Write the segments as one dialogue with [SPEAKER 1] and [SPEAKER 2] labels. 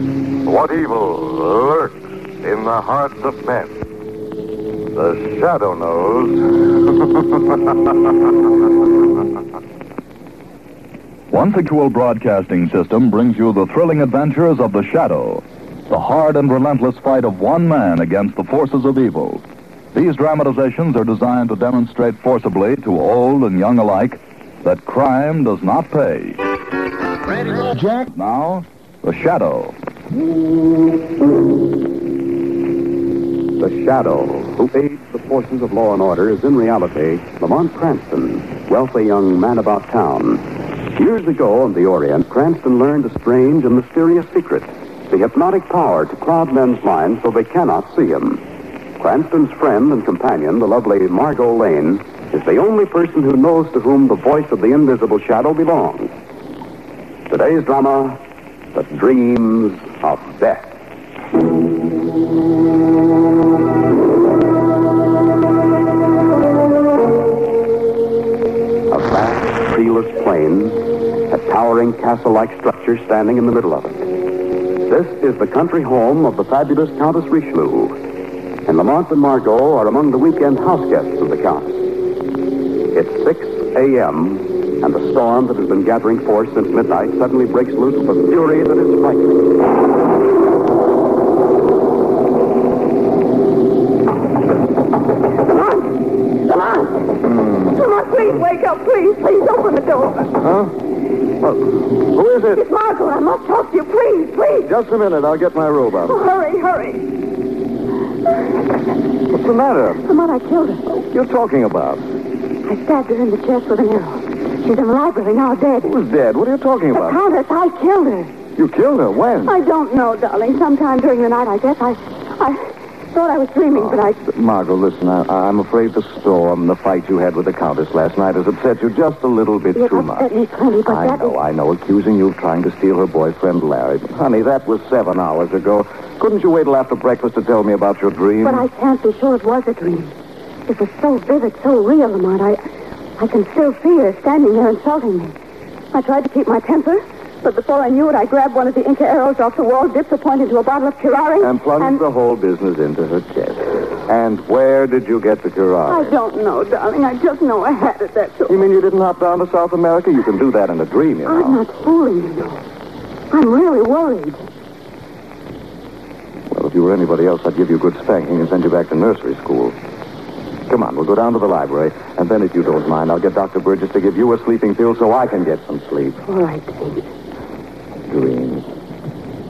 [SPEAKER 1] What evil lurks in the hearts of men? The shadow knows.
[SPEAKER 2] One Sequel Broadcasting System brings you the thrilling adventures of The Shadow, the hard and relentless fight of one man against the forces of evil. These dramatizations are designed to demonstrate forcibly to old and young alike that crime does not pay. Jack, now, The Shadow.
[SPEAKER 3] The Shadow, who aids the forces of law and order, is in reality Lamont Cranston, wealthy young man about town. Years ago in the Orient, Cranston learned a strange and mysterious secret the hypnotic power to cloud men's minds so they cannot see him. Cranston's friend and companion, the lovely Margot Lane, is the only person who knows to whom the voice of the invisible shadow belongs. Today's drama, The Dreams of Death. A vast, treeless plain, a towering castle-like structure standing in the middle of it. This is the country home of the fabulous Countess Richelieu, and Lamont and Margot are among the weekend house guests of the Countess. It's 6 a.m., and the storm that has been gathering force since midnight suddenly breaks loose with a fury that is frightening.
[SPEAKER 4] Come on. Come on, please wake up, please. Please open the door.
[SPEAKER 1] huh? Well, who is it?
[SPEAKER 4] It's Margot. I must talk to you. Please, please.
[SPEAKER 1] Just a minute. I'll get my robot.
[SPEAKER 4] Oh, hurry, hurry.
[SPEAKER 1] What's the matter?
[SPEAKER 4] Come on, I killed her.
[SPEAKER 1] You're talking about?
[SPEAKER 4] I stabbed her in the chest with an arrow. She's in the library now, dead. The
[SPEAKER 1] Who's dead? What are you talking about?
[SPEAKER 4] countess, I killed her.
[SPEAKER 1] You killed her. When?
[SPEAKER 4] I don't know, darling. Sometime during the night, I guess. I, I thought I was dreaming, but I.
[SPEAKER 3] Margot, listen, I, I'm afraid the storm, the fight you had with the Countess last night, has upset you just a little bit
[SPEAKER 4] It
[SPEAKER 3] Oh, too much.
[SPEAKER 4] upset me plenty, but
[SPEAKER 3] I
[SPEAKER 4] that
[SPEAKER 3] know, I know. Accusing you of trying to steal her boyfriend, Larry. But, honey, that was seven hours ago. Couldn't you wait till after breakfast to tell me about your dream?
[SPEAKER 4] But I can't be sure it was a dream. It was so vivid, so real, Lamont. I, I can still see her standing there insulting me. I tried to keep my temper, but before I knew it, I grabbed one of the Inca arrows off the wall, dipped the point into a bottle of curare,
[SPEAKER 3] And plunged the whole business into her chest. And where did you get the curare?
[SPEAKER 4] I don't know, darling. I just know I had it. That's all.
[SPEAKER 3] You mean you didn't hop down to South America? You can do that in a dream, you know.
[SPEAKER 4] I'm not fooling you. know. I'm really worried.
[SPEAKER 3] Well, if you were anybody else, I'd give you a good spanking and send you back to nursery school. Come on, we'll go down to the library, and then, if you don't mind, I'll get Dr. Burgess to give you a sleeping pill so I can get some sleep.
[SPEAKER 4] All right, James.
[SPEAKER 3] Dreams.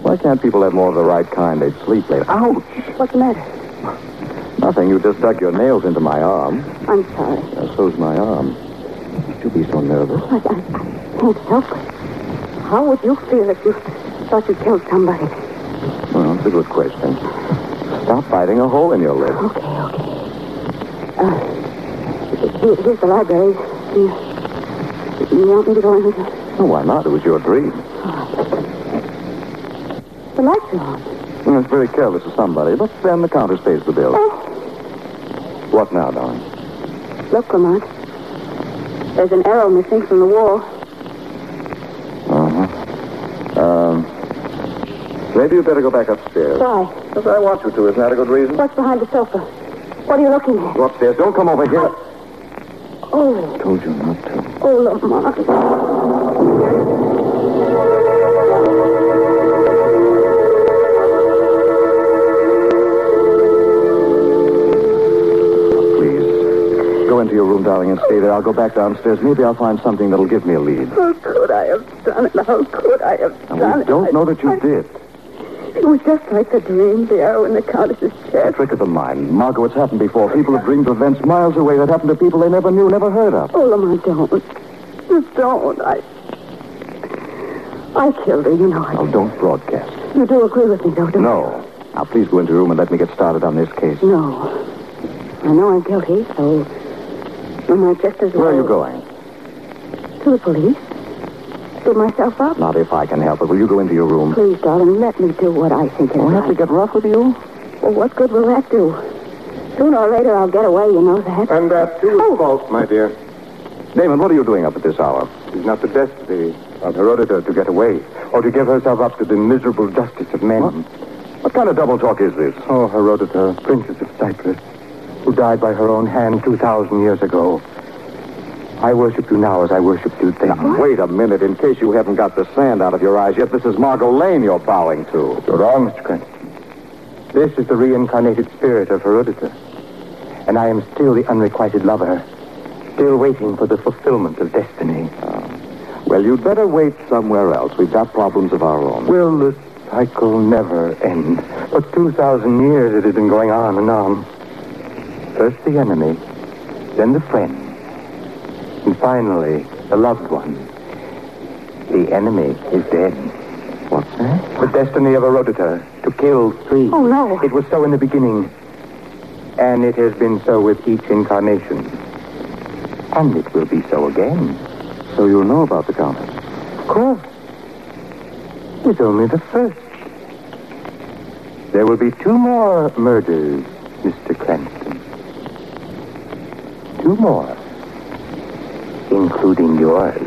[SPEAKER 3] Why can't people have more of the right kind? They'd sleep later. Ouch!
[SPEAKER 4] What's the matter?
[SPEAKER 3] Nothing. You just dug your nails into my arm.
[SPEAKER 4] I'm sorry.
[SPEAKER 3] Yeah, so's my arm. Would you be so nervous?
[SPEAKER 4] I, I, I can't help it. How would you feel if you thought you killed somebody?
[SPEAKER 3] Well, it's a good question. Stop biting a hole in your lip.
[SPEAKER 4] Okay, okay. Uh, here- here's the library. You, you want me to go in with you?
[SPEAKER 3] Oh, why not? It was your dream.
[SPEAKER 4] The lights are on.
[SPEAKER 3] Well, it's very careless of somebody, but then the countess pays the bill.
[SPEAKER 4] Oh,
[SPEAKER 3] What now, darling?
[SPEAKER 4] look, Lamont. There's an arrow missing from the wall.
[SPEAKER 3] Uh-huh. Um, maybe you'd better go back upstairs.
[SPEAKER 4] Why?
[SPEAKER 3] Because I want you to. Isn't that a good reason?
[SPEAKER 4] What's behind the sofa? What are you looking at?
[SPEAKER 3] Go upstairs. Don't come over here.
[SPEAKER 4] Oh,
[SPEAKER 3] told you not to.
[SPEAKER 4] oh, Lamont.
[SPEAKER 3] Please. Go into your room, darling, and stay there. I'll go back downstairs. Maybe I'll find something that'll give me a lead.
[SPEAKER 4] How could I have done it? How could I have
[SPEAKER 3] And we don't know that you did.
[SPEAKER 4] It was just like the dream, the arrow in the countess's
[SPEAKER 3] A
[SPEAKER 4] chest.
[SPEAKER 3] trick of the mind. Margot, it's happened before. People have dreamed of events miles away that happened to people they never knew, never heard of.
[SPEAKER 4] Oh, Lamont, don't. Just don't. I. I killed her, you know. I
[SPEAKER 3] Now, don't broadcast.
[SPEAKER 4] You do agree with me, though, don't
[SPEAKER 3] Oh. No. Now, please go into your room and let me get started on this case.
[SPEAKER 4] you? No. I know I'm guilty, so I might just as well...
[SPEAKER 3] Where are you going?
[SPEAKER 4] To the police. Give myself up.
[SPEAKER 3] Not if I can help it. Will you go into your room?
[SPEAKER 4] Please, darling, let me do what I think is
[SPEAKER 3] Do I have to
[SPEAKER 4] right.
[SPEAKER 3] get rough with you?
[SPEAKER 4] Well, what good will that do? Sooner or later, I'll get away, you know that.
[SPEAKER 5] And that too is
[SPEAKER 4] Oh.
[SPEAKER 5] false, my dear.
[SPEAKER 3] Damon, what are you doing up at this hour?
[SPEAKER 5] It's not the best of the
[SPEAKER 1] on Herodita to get away, or to give herself up to the miserable justice of men. What, kind of double talk is this? Oh, Herodita, princess of Cyprus, who died by her own hand 2,000 years ago. I worship you now as I worshipped you then.
[SPEAKER 3] Wait a minute, in case you haven't got the sand out of your eyes yet, this is Margot Lane you're bowing to.
[SPEAKER 1] You're wrong, Mr. Cranston. This is the reincarnated spirit of Herodita. And I am still the unrequited lover, still waiting for the fulfillment of destiny.
[SPEAKER 3] Well, you'd better wait somewhere else. We've got problems of our own.
[SPEAKER 1] Will the cycle never end? For 2,000 years it has been going on and on. First the enemy, then the friend, and finally the loved one. The enemy is dead. What? The destiny of Herodotus to kill three.
[SPEAKER 4] Oh, no.
[SPEAKER 1] It was so in the beginning, and it has been so with each incarnation. And it will be so again.
[SPEAKER 3] So you know about the Countess.
[SPEAKER 1] Of course. It's only the first. There will be two more murders, Mr. Cranston. Two more. Including yours.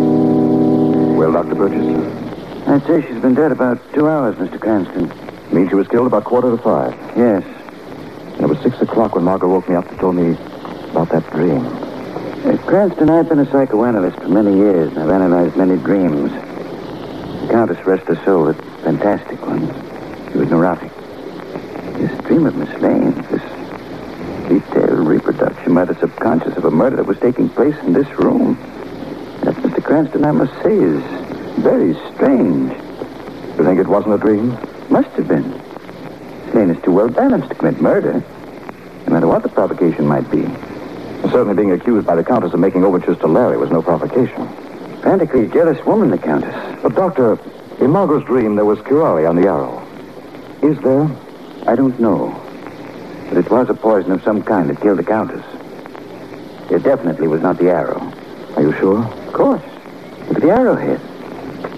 [SPEAKER 3] Well, Dr. Burgess,
[SPEAKER 5] I'd say she's been dead about two hours, Mr. Cranston.
[SPEAKER 3] uh, means she was killed about quarter to five.
[SPEAKER 5] Yes.
[SPEAKER 3] And it was six o'clock when Margot woke me up and told me about that dream.
[SPEAKER 5] Uh, Cranston, I've been a psychoanalyst for many years, and I've analyzed many dreams. The Countess, rest her soul, a fantastic one. She was neurotic. This dream of Miss Lane, this detailed reproduction by the subconscious of a murder that was taking place in this room. That, Mr. Cranston, I must say, is very strange.
[SPEAKER 3] You think it wasn't a dream?
[SPEAKER 5] Must have been. Miss Lane is too well balanced to commit murder, no matter what the provocation might be.
[SPEAKER 3] Certainly being accused by the Countess of making overtures to Larry was no provocation.
[SPEAKER 5] Frantically jealous woman, the Countess.
[SPEAKER 3] But, Doctor, in Margot's dream, there was curare on the arrow. Is there?
[SPEAKER 5] I don't know. But it was a poison of some kind that killed the Countess. It definitely was not the arrow.
[SPEAKER 3] Are you sure?
[SPEAKER 5] Of course. Look at the arrowhead.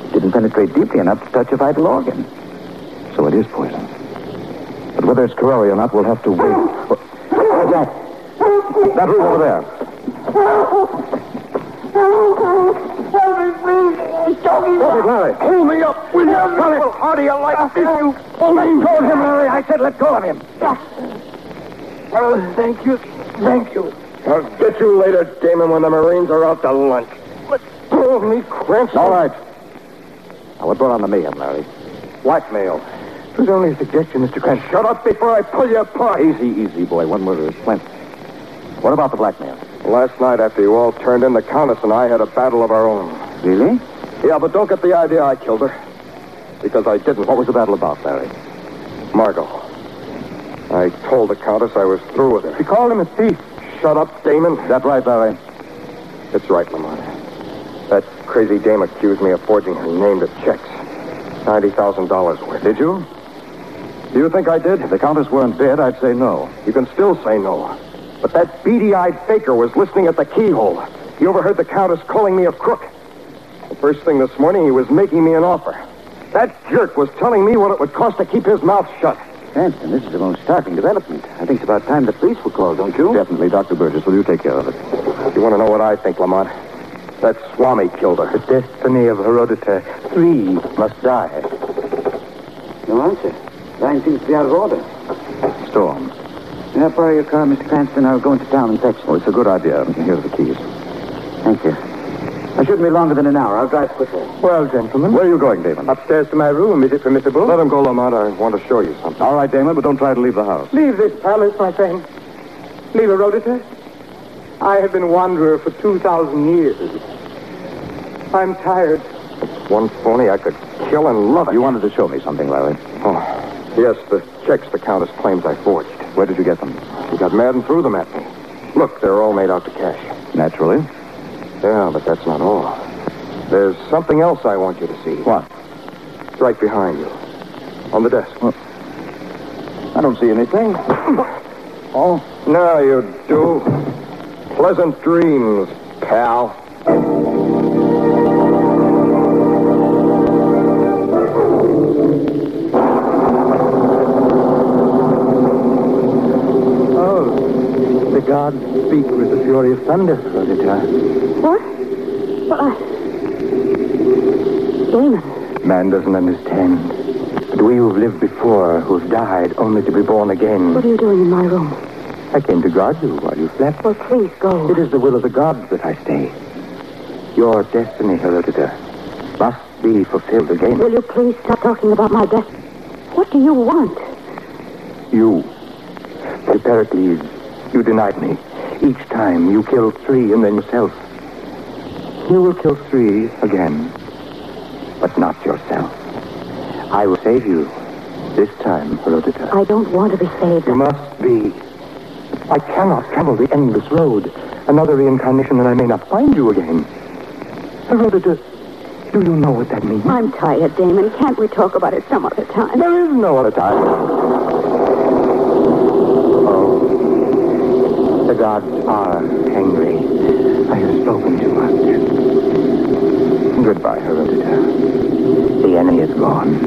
[SPEAKER 5] It didn't penetrate deeply enough to touch a vital organ.
[SPEAKER 3] So it is poison. But whether it's curare or not, we'll have to wait.
[SPEAKER 5] Oh.
[SPEAKER 3] What- What's that? That room over there. Help me, Larry. Hold me up, will you? Well, how do you like this, you... Let go of him, Larry. I said let go of him.
[SPEAKER 1] Well, thank you. Thank you. I'll get you later, Damon, when the Marines are out to lunch. Let go of me, Cranston.
[SPEAKER 3] All right. Now, what brought on the mayhem, Larry?
[SPEAKER 1] Blackmail. It was only a suggestion, Mr. Cranston. Shut up before I pull you apart.
[SPEAKER 3] Easy, easy, boy. One murder is plenty. What about the blackmail?
[SPEAKER 1] Last night, after you all turned in, the Countess and I had a battle of our own.
[SPEAKER 5] Really?
[SPEAKER 1] Yeah, but don't get the idea I killed her. Because I didn't.
[SPEAKER 3] What was the battle about, Larry?
[SPEAKER 1] Margot. I told the Countess I was through with her. She called him a thief. Shut up, Damon.
[SPEAKER 3] That right, Larry?
[SPEAKER 1] That's right, Lamont. That crazy dame accused me of forging her name to checks. $90,000 worth.
[SPEAKER 3] Did you? Do you think I did? If the Countess weren't dead, I'd say no.
[SPEAKER 1] You can still say no. But that beady-eyed faker was listening at the keyhole. He overheard the Countess calling me a crook. The first thing this morning, he was making me an offer. That jerk was telling me what it would cost to keep his mouth shut.
[SPEAKER 5] Cranston, this is the most startling development. I think it's about time the police were called, don't you?
[SPEAKER 3] Definitely, Dr. Burgess. Will you take care of it?
[SPEAKER 1] You want to know what I think, Lamont? That Swami killed her. The destiny of Herodita. Three must die.
[SPEAKER 5] No answer. Line seems to be out of order.
[SPEAKER 3] Storm.
[SPEAKER 5] May I borrow your car, Mr. Cranston? I'll go into town and fetch
[SPEAKER 3] Oh, it's a good idea. Here are the keys.
[SPEAKER 5] Thank you. I shouldn't be longer than an hour. I'll drive quickly.
[SPEAKER 1] Well, gentlemen.
[SPEAKER 3] Where are you going, Damon?
[SPEAKER 1] Upstairs to my room. Is it permissible?
[SPEAKER 3] Let him go, Lamont. I want to show you something. All right, Damon, but don't try to leave the house.
[SPEAKER 1] Leave this palace, my friend. Leave Herodotus. I have been wanderer for 2,000 years. I'm tired. It's one phony I could kill and love it.
[SPEAKER 3] You wanted to show me something, Larry.
[SPEAKER 1] Oh, yes, the checks the Countess claims I forged.
[SPEAKER 3] Where did you get them?
[SPEAKER 1] She got mad and threw them at me. Look, they're all made out to cash.
[SPEAKER 3] Naturally.
[SPEAKER 1] Yeah, but that's not all. There's something else I want you to see.
[SPEAKER 3] What?
[SPEAKER 1] It's right behind you. On the desk.
[SPEAKER 3] I don't see anything. oh,
[SPEAKER 1] Now you do. Pleasant dreams, pal.
[SPEAKER 3] God speak with the fury of thunder, uh, Rosita.
[SPEAKER 4] What? Well, I... Damon.
[SPEAKER 3] Man doesn't understand. But we who've lived before, who've died only to be born again.
[SPEAKER 4] What are you doing in my room?
[SPEAKER 3] I came to guard you while you slept.
[SPEAKER 4] Well, please go.
[SPEAKER 3] It is the will of the gods that I stay. Your destiny, Herodita, must be fulfilled again.
[SPEAKER 4] Will you please stop talking about my death? What do you want?
[SPEAKER 3] You, Pericles, you denied me. Each time you killed three and then yourself. You will kill three again, but not yourself. I will save you this time, Herodita.
[SPEAKER 4] I don't want to be saved.
[SPEAKER 3] You must be. I cannot travel the endless road. Another reincarnation, and I may not find you again. Herodita, do you know what that means?
[SPEAKER 4] I'm tired, Damon. Can't we talk about it some other time?
[SPEAKER 3] There is no other time. Oh, the gods are angry. I have spoken too much. Goodbye, Herodita. The enemy is gone.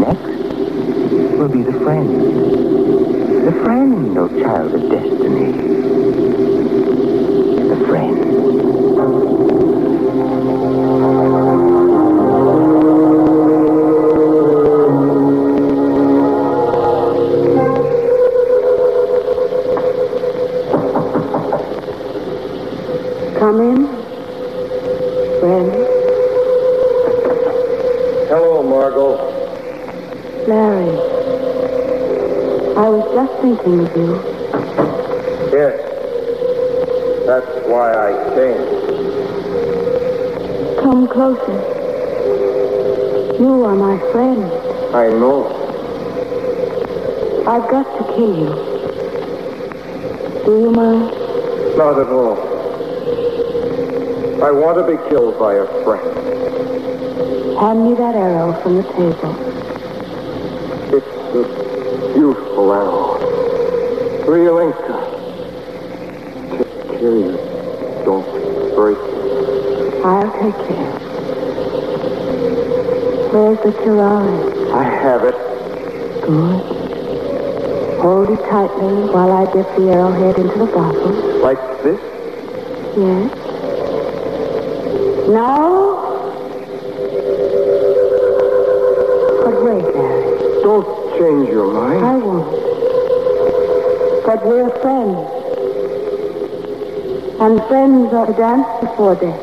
[SPEAKER 3] Next will be the friend. The friend, O child of destiny. The friend.
[SPEAKER 4] Come in. Friend.
[SPEAKER 1] Hello, Margot.
[SPEAKER 4] Larry. I was just thinking of you.
[SPEAKER 1] Yes. That's why I came.
[SPEAKER 4] Come closer. You are my friend.
[SPEAKER 1] I know.
[SPEAKER 4] I've got to kill you. Do you mind?
[SPEAKER 1] Not at all. I want to be killed by a friend.
[SPEAKER 4] Hand me that arrow from the table.
[SPEAKER 1] It's a beautiful arrow. Riolenka. Take care you don't break it.
[SPEAKER 4] I'll take it. Where's the curare?
[SPEAKER 1] I have it.
[SPEAKER 4] Good. Hold it tightly while I dip the arrowhead into the bottle.
[SPEAKER 1] Like this?
[SPEAKER 4] Yes. No. But wait, Larry.
[SPEAKER 1] Don't change your mind.
[SPEAKER 4] I won't. But we're friends. And friends are to dance before death.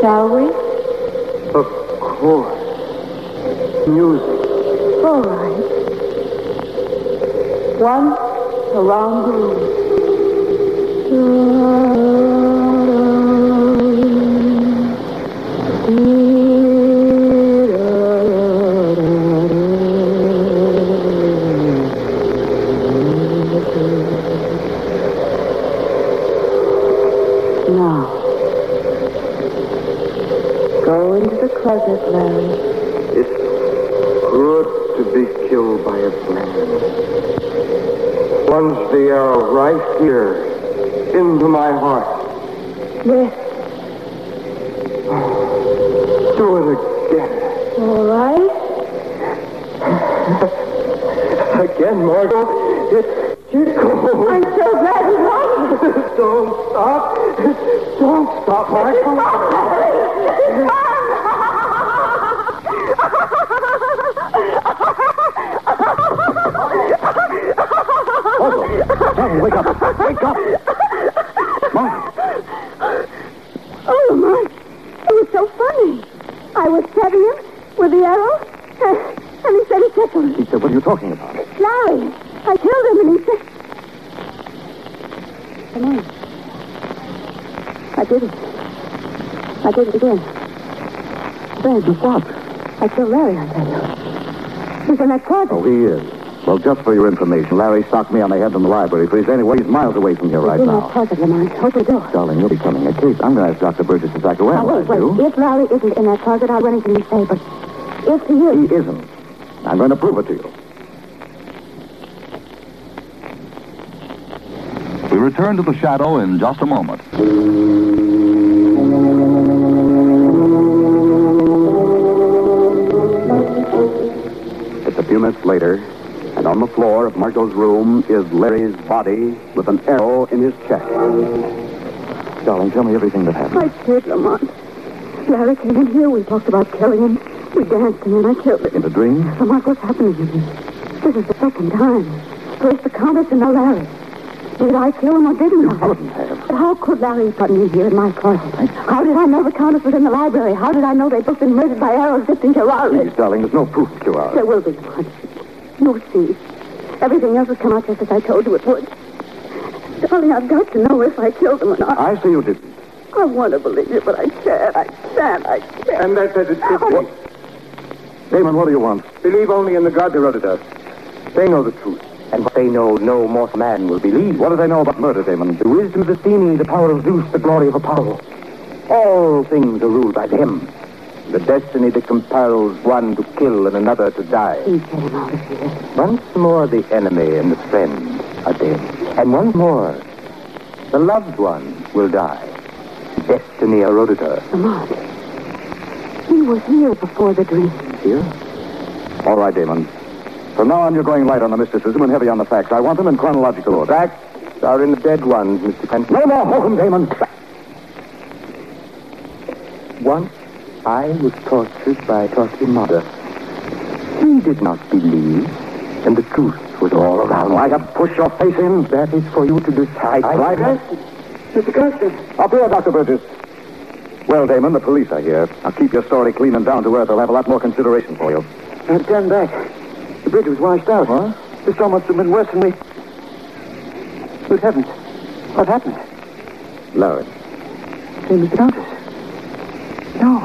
[SPEAKER 4] Shall we?
[SPEAKER 1] Of course. Music.
[SPEAKER 4] All right. Once around the room. Now, go into the closet, Larry.
[SPEAKER 1] It's good to be killed by a friend. Plunge the arrow right here into my heart.
[SPEAKER 4] Yes,
[SPEAKER 1] Do it again.
[SPEAKER 4] all right.
[SPEAKER 1] Again, Margot. It's tickles.
[SPEAKER 4] I'm so glad you like it.
[SPEAKER 1] Don't stop. Don't stop, Margot.
[SPEAKER 3] Margot, wake up. Wake up.
[SPEAKER 4] Oh, my. It was so funny. I was stabbing him with the arrow, uh, and he said he tickled me.
[SPEAKER 3] Lisa, what are you talking about?
[SPEAKER 4] Larry, I killed him, and he said... Come on. I did it. I did it again. Then you what? I killed Larry, I tell you. He's in that closet.
[SPEAKER 6] Oh, he is. Well, just for your information, Larry socked me on the head in the library, please. Anyway, he's miles away from
[SPEAKER 3] Oh,
[SPEAKER 6] here right
[SPEAKER 4] in
[SPEAKER 6] now.
[SPEAKER 4] that closet, Lamont. Open the door.
[SPEAKER 6] Darling, you're becoming a case. I'm going to ask Dr. Burgess to
[SPEAKER 4] Now,
[SPEAKER 6] psychoanalyze
[SPEAKER 4] wait, wait.
[SPEAKER 6] you.
[SPEAKER 4] If Larry isn't in that closet, I'll do anything you say, but if he is,
[SPEAKER 6] He isn't. I'm going to prove it to you.
[SPEAKER 2] We return to the shadow in just a moment.
[SPEAKER 6] It's a few minutes later, and
[SPEAKER 3] and on the floor of Margot's room is Larry's body with an arrow in his chest.
[SPEAKER 1] Darling, tell me everything that happened.
[SPEAKER 4] I did, Lamont. Larry came in here. We talked about killing him. We danced, and then I killed him.
[SPEAKER 1] In a dream?
[SPEAKER 4] Lamont, what's happening to me? This is the second time. First the Countess and now Larry. Did I kill him or didn't I?
[SPEAKER 1] couldn't have.
[SPEAKER 4] But how could Larry put me here in my closet? How did I know the Countess was in the library? How did I know they'd both been murdered by arrows dipped in Gerard?
[SPEAKER 1] Please, darling, there's no proof to our.
[SPEAKER 4] There will be one. You'll see. Everything else has come out just as I told you it would. Darling, I've got to know if I killed him or not.
[SPEAKER 1] I say you didn't.
[SPEAKER 4] I want to believe you, but I can't. I can't. I can't.
[SPEAKER 7] And that said, it could be.
[SPEAKER 4] What?
[SPEAKER 1] Damon, what do you want?
[SPEAKER 7] Believe only in the God who rooted us.
[SPEAKER 1] They know the truth. And what they know, no mortal man will believe. What do they know about murder, Damon? The wisdom of the Athene, the power of Zeus, the glory of Apollo. All things are ruled by them. The destiny that compels one to kill and another to die. Once more, the enemy and the friend are dead. And once more, the loved one will die. Destiny eroded her.
[SPEAKER 4] Lamont. He was here before the dream.
[SPEAKER 3] All right, Damon. From now on, you're going light on the mysticism and heavy on the facts. I want them in chronological order.
[SPEAKER 1] Facts are in the dead ones, Mr. Clancy.
[SPEAKER 3] No more hokum, Damon.
[SPEAKER 1] Once I was tortured by a tortured mother. He did not believe, and the truth was all around.
[SPEAKER 3] Why up? Push your face in.
[SPEAKER 1] That is for you to decide.
[SPEAKER 3] Right.
[SPEAKER 7] Mr. Cranston.
[SPEAKER 3] Up here, Dr. Burgess. Well, Damon, the police are here. Now keep your story clean and down to earth. They'll have a lot more consideration for you.
[SPEAKER 5] I've turned back. The bridge was washed out. Huh? The storm must have been worse than we. Good heavens. What happened?
[SPEAKER 3] Larry.
[SPEAKER 5] They was the countess. No.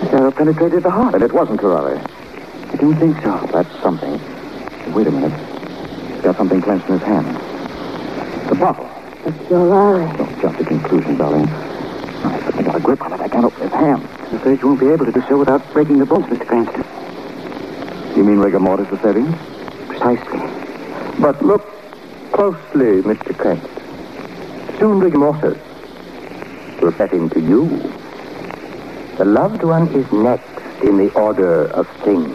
[SPEAKER 5] The arrow penetrated the heart.
[SPEAKER 3] And it wasn't Carrari.
[SPEAKER 5] I didn't think so.
[SPEAKER 3] That's something. Wait a minute. He's got something clenched in his hand. The bottle.
[SPEAKER 4] But you're Larry.
[SPEAKER 3] Don't jump to conclusion, darling. I've got a grip on it. I can't open his hand.
[SPEAKER 5] I'm afraid you won't be able to do so without breaking the bones, Mr. Cranston.
[SPEAKER 3] You mean rigor mortis is saving?
[SPEAKER 5] Precisely.
[SPEAKER 1] But look closely, Mr. Krantz. Soon rigor mortis will set into you. The loved one is next in the order of things.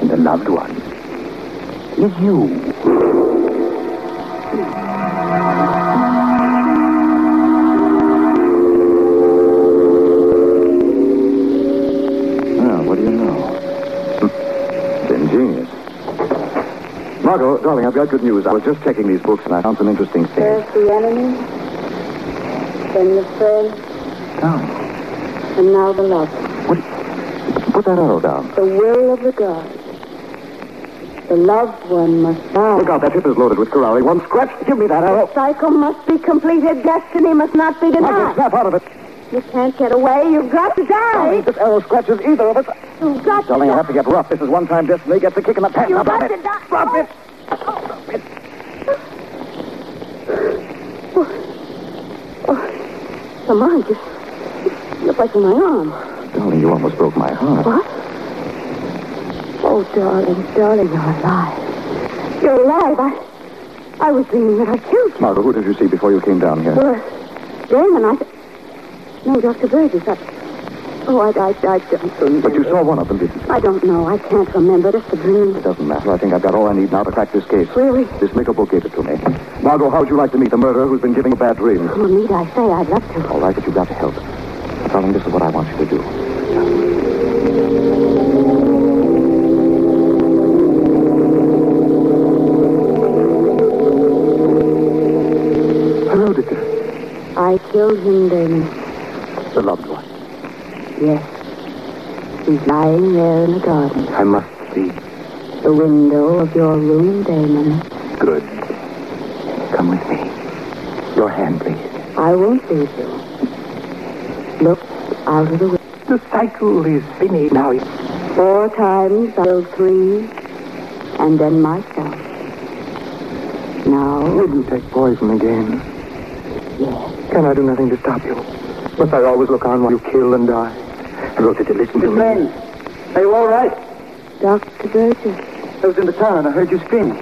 [SPEAKER 1] And the loved one is you.
[SPEAKER 3] Well, Ah, what do you know? it's ingenious. Margot, darling, I've got good news. I was just checking these books and I found some interesting things.
[SPEAKER 4] First the enemy, then the friend,
[SPEAKER 3] Darling,
[SPEAKER 4] and now the love.
[SPEAKER 3] put that arrow down.
[SPEAKER 4] The will of the God. The loved one must die.
[SPEAKER 3] Look out, that hip is loaded with Corrali. One scratch. Give me that arrow.
[SPEAKER 4] Cycle must be completed. Destiny must not be
[SPEAKER 5] Ah.
[SPEAKER 3] Margot,
[SPEAKER 4] denied.
[SPEAKER 3] snap out of it.
[SPEAKER 4] You can't get away. You've got to
[SPEAKER 3] Darling,
[SPEAKER 4] die.
[SPEAKER 3] if this arrow scratches either of us.
[SPEAKER 4] You've got
[SPEAKER 3] Darling, I'll
[SPEAKER 4] to
[SPEAKER 3] have to get rough. This is one time destiny. Gets a kick in the pants.
[SPEAKER 4] You've
[SPEAKER 3] Now, drop
[SPEAKER 4] got
[SPEAKER 3] it.
[SPEAKER 4] to die. Oh.
[SPEAKER 3] Drop it.
[SPEAKER 4] Oh. Come on, just look like in my arm.
[SPEAKER 3] Darling, you almost broke my heart.
[SPEAKER 4] What? Oh, darling, darling, you're alive. You're alive. I, I was dreaming that I killed you.
[SPEAKER 3] Margot, who did you see before you came down here?
[SPEAKER 4] Well, Damon, I... No, Dr. Burgess, I... Oh, I, I, I don't remember.
[SPEAKER 3] But you saw one of them, didn't you?
[SPEAKER 4] I don't know. I can't remember. Just a dream.
[SPEAKER 3] It doesn't matter. I think I've got all I need now to crack this case.
[SPEAKER 4] Really?
[SPEAKER 3] This Micklebook gave it to me. Margot, how would you like to meet the murderer who's been giving a bad dream?
[SPEAKER 4] Oh, need I say I'd love to.
[SPEAKER 3] All right, but you've got to help. Darling, this is what I want you to do.
[SPEAKER 1] Hello, Dicker.
[SPEAKER 4] I killed him, Damon.
[SPEAKER 1] The loved one.
[SPEAKER 4] Yes. He's lying there in the garden.
[SPEAKER 1] I must see.
[SPEAKER 4] The window of your room, Damon.
[SPEAKER 1] Good. Come with me. Your hand, please.
[SPEAKER 4] I won't leave you. Look out of the window.
[SPEAKER 1] The cycle is finished now.
[SPEAKER 4] Four times I'll three, and then myself. Now,
[SPEAKER 1] Wouldn't take poison again. Can I do nothing to stop you? Must I always look on while you kill and die? I wrote it to listen to me.
[SPEAKER 5] Are you all right?
[SPEAKER 4] Dr. Burgess,
[SPEAKER 5] I was in the tower and I heard you screaming.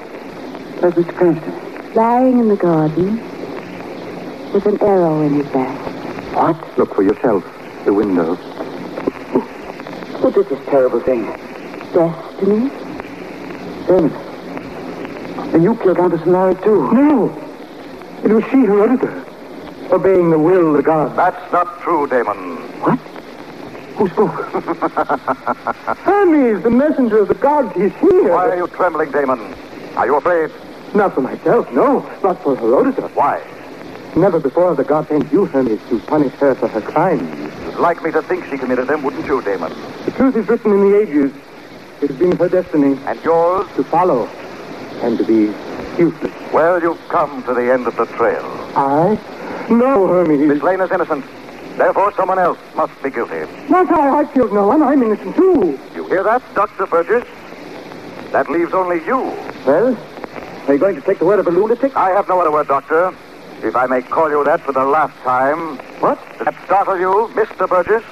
[SPEAKER 5] That's Mr. Cranston.
[SPEAKER 4] lying in the garden with an arrow in his back.
[SPEAKER 1] What? Look for yourself. The window.
[SPEAKER 5] Who did this terrible thing?
[SPEAKER 4] Destiny?
[SPEAKER 8] Then, then you killed Countess Larry, too.
[SPEAKER 9] No. It was she who uttered her, obeying the will of the gods.
[SPEAKER 1] That's not true, Damon.
[SPEAKER 8] What? Who spoke?
[SPEAKER 9] Hermes, the messenger of the gods, he's here.
[SPEAKER 1] Why are you trembling, Damon? Are you afraid?
[SPEAKER 9] Not for myself, no. Not for Herodotus.
[SPEAKER 1] Why?
[SPEAKER 9] Never before have the gods sent you, Hermes, to punish her for her crimes.
[SPEAKER 1] You'd like me to think she committed them, wouldn't you, Damon?
[SPEAKER 9] The truth is written in the ages. It has been her destiny
[SPEAKER 1] And yours?
[SPEAKER 9] to follow and to be useless.
[SPEAKER 1] Well, you've come to the end of the trail.
[SPEAKER 9] I? No, Hermes.
[SPEAKER 1] Miss Lane is innocent. Therefore, someone else must be guilty.
[SPEAKER 9] Not I. I killed no one. I'm innocent, too.
[SPEAKER 1] You hear that, Dr. Burgess? That leaves only you.
[SPEAKER 9] Well, are you going to take the word of a lunatic?
[SPEAKER 1] I have no other word, Doctor. If I may call you that for the last time.
[SPEAKER 9] What?
[SPEAKER 1] Does that startle you, Mr. Burgess?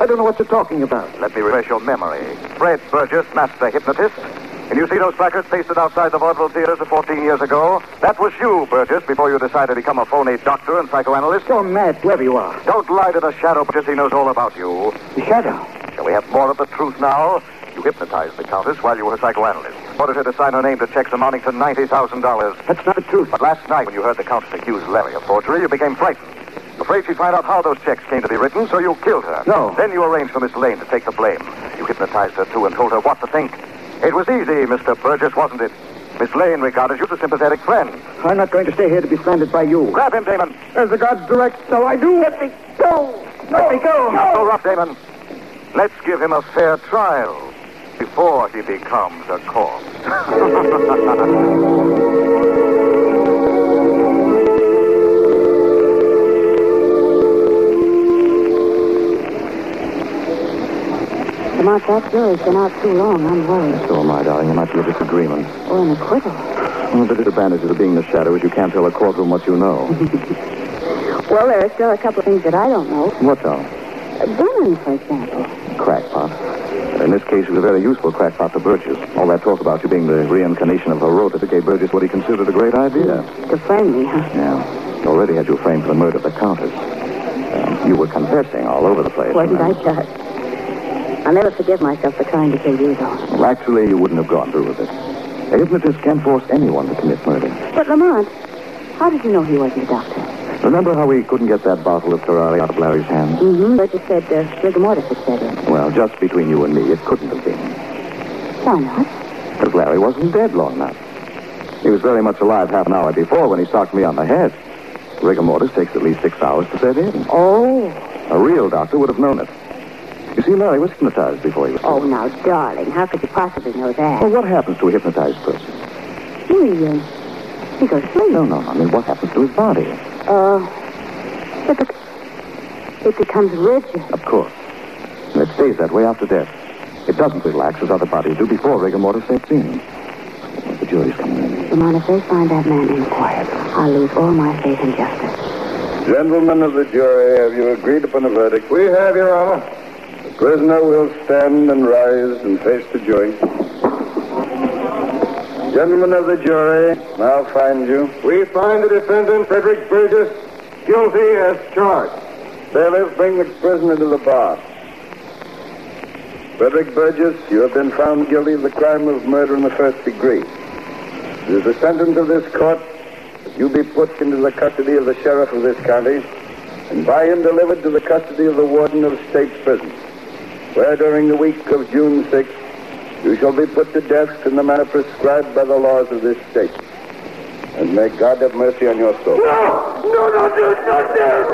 [SPEAKER 9] I don't know what you're talking about.
[SPEAKER 1] Let me refresh your memory. Fred Burgess, master hypnotist. And you see those placards pasted outside the vaudeville theaters of 14 years ago? That was you, Burgess, before you decided to become a phony doctor and psychoanalyst.
[SPEAKER 9] You're mad, whoever you are.
[SPEAKER 1] Don't lie to the shadow, Burgess. He knows all about you.
[SPEAKER 9] The shadow.
[SPEAKER 1] Shall we have more of the truth now? You hypnotized the countess while you were a psychoanalyst. Ordered her to sign her name to checks amounting to $90,000.
[SPEAKER 9] That's not the truth.
[SPEAKER 1] But last night, when you heard the countess accuse Larry of forgery, you became frightened. Afraid she'd find out how those checks came to be written, so you killed her.
[SPEAKER 9] No.
[SPEAKER 1] Then you arranged for Miss Lane to take the blame. You hypnotized her, too, and told her what to think. It was easy, Mr. Burgess, wasn't it? Miss Lane regarded you as a sympathetic friend.
[SPEAKER 9] I'm not going to stay here to be slandered by you.
[SPEAKER 1] Grab him, Damon.
[SPEAKER 9] As the gods direct, so I do. Let me go. Let me go.
[SPEAKER 1] Not so rough, Damon. Let's give him a fair trial before he becomes a corpse.
[SPEAKER 4] Lamont, that jury's been out too long. I'm worried.
[SPEAKER 3] So am I, darling. You might be a disagreement.
[SPEAKER 4] Or an acquittal.
[SPEAKER 3] One of the disadvantages of being the shadow is you can't tell a courtroom what you know.
[SPEAKER 4] Well, there are still a couple of things that I don't know.
[SPEAKER 3] What's all?
[SPEAKER 4] Uh, Gunning, for example.
[SPEAKER 3] Crackpot. In this case, he was a very useful crackpot to Burgess. All that talk about you being the reincarnation of Herodotus gave Burgess what he considered a great idea.
[SPEAKER 4] To frame me, huh?
[SPEAKER 3] Yeah. He already had you framed for the murder of the Countess. Um, you were confessing all over the place.
[SPEAKER 4] Wasn't I
[SPEAKER 3] and
[SPEAKER 4] just? I'll never forgive myself for trying to kill you, though.
[SPEAKER 3] then- Well, actually, you wouldn't have gone through with it. A hypnotist can't force anyone to commit murder.
[SPEAKER 4] But Lamont, how did you know he wasn't a doctor?
[SPEAKER 3] Remember how we couldn't get that bottle of Ferrari out of Larry's hand?
[SPEAKER 4] Mm-hmm. But you said uh, rigor mortis had set in.
[SPEAKER 3] Well, just between you and me, it couldn't have been.
[SPEAKER 4] Why not?
[SPEAKER 3] Because Larry wasn't dead long enough. He was very much alive half an hour before when he socked me on the head. Rigor mortis takes at least six hours to set in.
[SPEAKER 4] Oh.
[SPEAKER 3] A real doctor would have known it. You see, Larry was hypnotized before he was.
[SPEAKER 4] Oh, now, darling, how could you possibly
[SPEAKER 3] Well,
[SPEAKER 4] know that?
[SPEAKER 3] what happens to a hypnotized person?
[SPEAKER 4] He, uh, he goes sleep.
[SPEAKER 3] No, no, I mean, what happens to his body?
[SPEAKER 4] Uh, it, bec- it becomes rigid.
[SPEAKER 3] Of course. And it stays that way after death. It doesn't relax as other bodies do before rigor mortis sets in. The jury's coming in.
[SPEAKER 4] Lamont, if they find that man in quiet, I'll lose all my faith in justice.
[SPEAKER 7] Gentlemen of the jury, have you agreed upon a verdict? We have, Your Honor. The prisoner will stand and rise and face the jury. Gentlemen of the jury, now find you. We find the defendant, Frederick Burgess, guilty as charged. Bailiff, bring the prisoner to the bar. Frederick Burgess, you have been found guilty of the crime of murder in the first degree. It is the sentence of this court that you be put into the custody of the sheriff of this county, and by him delivered to the custody of the warden of state prison, where during the week of June 6th you shall be put to death in the manner prescribed by the laws of this state. And may God have mercy on your soul.
[SPEAKER 9] No, no, no, no, no, no.
[SPEAKER 7] Oh,